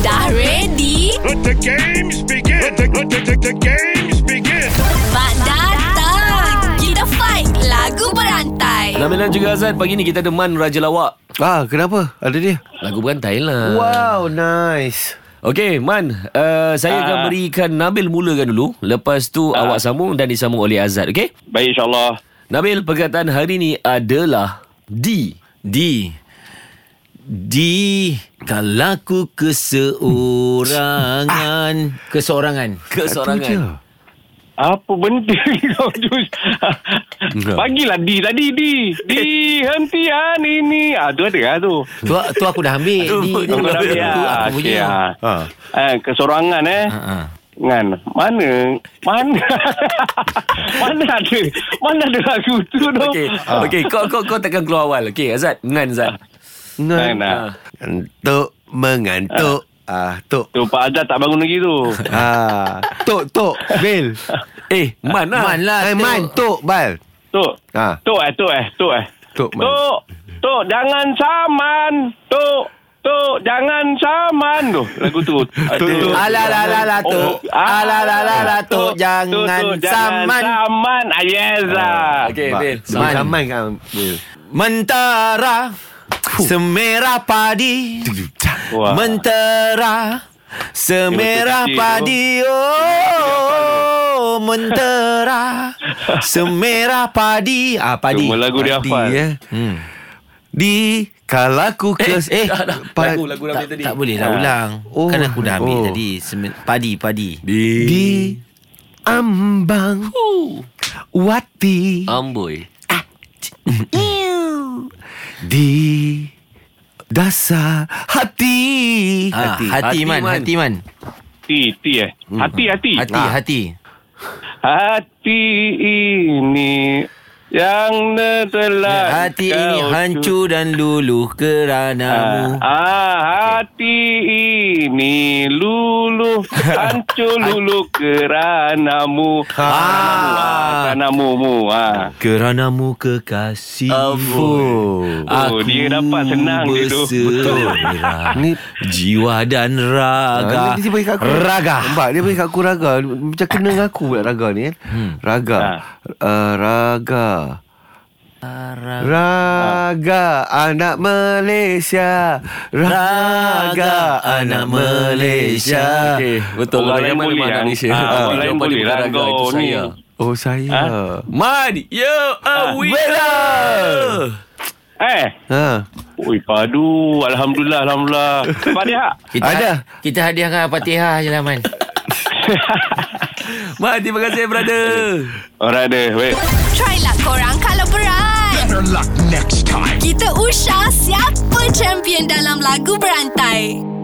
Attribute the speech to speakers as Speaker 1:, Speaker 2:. Speaker 1: Dah ready?
Speaker 2: Let the games begin. Let the, let the, the, the games begin.
Speaker 1: Mak datang! Kita fight lagu berantai.
Speaker 3: Lamilan juga Azad Pagi ni kita ada Man Raja Lawak
Speaker 4: Ah, kenapa? Ada dia?
Speaker 3: Lagu berantai lah
Speaker 4: Wow, nice.
Speaker 3: Okay Man uh,
Speaker 5: Ah.
Speaker 3: Saya akan berikan Nabil mulakan dulu Lepas tu awak sambung Dan disambung oleh Azad Okay
Speaker 6: Baik insyaAllah
Speaker 3: Nabil perkataan hari ni adalah D
Speaker 5: Di Di Kalau ku keseorangan Ah. Keseorangan
Speaker 4: Itu je.
Speaker 3: Ah. Keseorangan
Speaker 6: Apa benda ni kau Jus Bagilah D tadi D Di hentian ini ah, Tu ada lah tu
Speaker 5: Tu, tu aku dah ambil Di tu,
Speaker 6: Kau dah
Speaker 5: tu,
Speaker 6: ambil
Speaker 5: tu
Speaker 6: lah
Speaker 5: aku
Speaker 6: Okey
Speaker 5: punya Ah.
Speaker 6: lah
Speaker 4: Ha.
Speaker 6: Eh, Kesorangan eh
Speaker 5: Ha, ha.
Speaker 6: Kan Mana Mana Mana ada Mana ada lagu tu tu
Speaker 3: Okay,
Speaker 5: Ah.
Speaker 3: okay. Kau, kau, kau takkan keluar awal Okay Azad Ngan Azad Ah.
Speaker 4: Ngan-
Speaker 6: Kan
Speaker 5: Ah.
Speaker 6: lah
Speaker 4: Ngantuk, mengantuk. Ah, tok.
Speaker 6: Tu Pak Azhar tak bangun lagi tu
Speaker 4: Ah, tok, tok, Bil.
Speaker 3: Eh Man lah
Speaker 5: Man lah
Speaker 4: Eh,
Speaker 5: tu.
Speaker 4: man, tok, Bal.
Speaker 6: Tok
Speaker 4: Ah.
Speaker 6: Tok eh Tok eh Tok eh
Speaker 4: Tok, man.
Speaker 6: Tok Tok jangan saman Tok Tok jangan saman tu Lagu tu Aduh.
Speaker 5: Alah lah lah lah tu
Speaker 6: Oh, ah.
Speaker 5: Alah lah lah lah tu
Speaker 6: Tok, Tok,
Speaker 5: Jangan
Speaker 6: Tok,
Speaker 5: saman
Speaker 6: Jangan saman Ah, Yes ah.
Speaker 3: Okay Bil
Speaker 4: Man.
Speaker 3: Man
Speaker 4: Saman kan, Bil.
Speaker 5: Mentara Semerah padi
Speaker 6: Wah.
Speaker 5: Mentera Semerah
Speaker 6: Eh, betul kecil
Speaker 5: padi Oh Mentera Semerah padi Ah padi ya.
Speaker 6: Cuma lagu dia
Speaker 4: Di,
Speaker 6: hafal Hmm.
Speaker 4: eh. Di, kalau ku kes...
Speaker 3: Eh, dah, dah.
Speaker 4: pa-
Speaker 3: Lagu, lagu Nabil
Speaker 5: tak,
Speaker 3: tadi
Speaker 5: tak boleh lah
Speaker 3: Ah.
Speaker 5: ulang
Speaker 4: Oh.
Speaker 5: Kan aku dah ambil
Speaker 4: Oh.
Speaker 5: tadi Seme- Padi padi
Speaker 4: Di, ambang, wati.
Speaker 3: Amboi
Speaker 4: Di dasar hati.
Speaker 5: Ah,
Speaker 3: Hati.
Speaker 5: hati, hati,
Speaker 3: Hati,
Speaker 5: man,
Speaker 3: Man.
Speaker 5: hati man Ah.
Speaker 6: Hati Hati eh Hati hati
Speaker 5: Hmm.
Speaker 6: Ah.
Speaker 5: Hati hati
Speaker 6: Hati ini yang telah
Speaker 5: Ya, Hati ini hancur dan luluh keranamu
Speaker 6: Ah, hati ini luluh hancur luluh keranamu. Ah, keranamu mu. Ah.
Speaker 5: Keranamu kekasih
Speaker 4: Ampun.
Speaker 6: Oh, dia dapat senang dia tu.
Speaker 5: berserah
Speaker 4: Ni
Speaker 5: Jiwa dan
Speaker 4: ah,
Speaker 5: raga
Speaker 4: ni dia bagi kat aku
Speaker 5: Raga
Speaker 4: Nampak dia bagi kat aku raga Ah, Macam kena dengan aku pula raga ni kan Raga
Speaker 6: Ha.
Speaker 4: uh, Raga Ah, Raga anak Malaysia Raga anak Malaysia
Speaker 3: Okay Betul Orang
Speaker 6: Orang lain
Speaker 3: yang mana
Speaker 6: boleh
Speaker 3: Mak
Speaker 6: lah.
Speaker 3: Malaysia
Speaker 6: Ah, orang lain
Speaker 3: Jawapan dia
Speaker 6: boleh
Speaker 3: bukan
Speaker 6: lah.
Speaker 3: raga, itu
Speaker 6: Kau ni. Ah.
Speaker 3: saya.
Speaker 4: Oh saya
Speaker 3: Man You a winner
Speaker 6: Eh,
Speaker 4: ha.
Speaker 6: oi padu. Alhamdulillah, alhamdulillah. Pak dia.
Speaker 5: kita, ha-
Speaker 4: Ada.
Speaker 5: Kita hadiahkan Al-Fatihah je lah man
Speaker 3: Man terima kasih brother
Speaker 6: Orang ada. Wait.
Speaker 1: Try lah korang kalau berat.
Speaker 2: Better luck next time.
Speaker 1: Kita usah siapa champion dalam lagu berantai.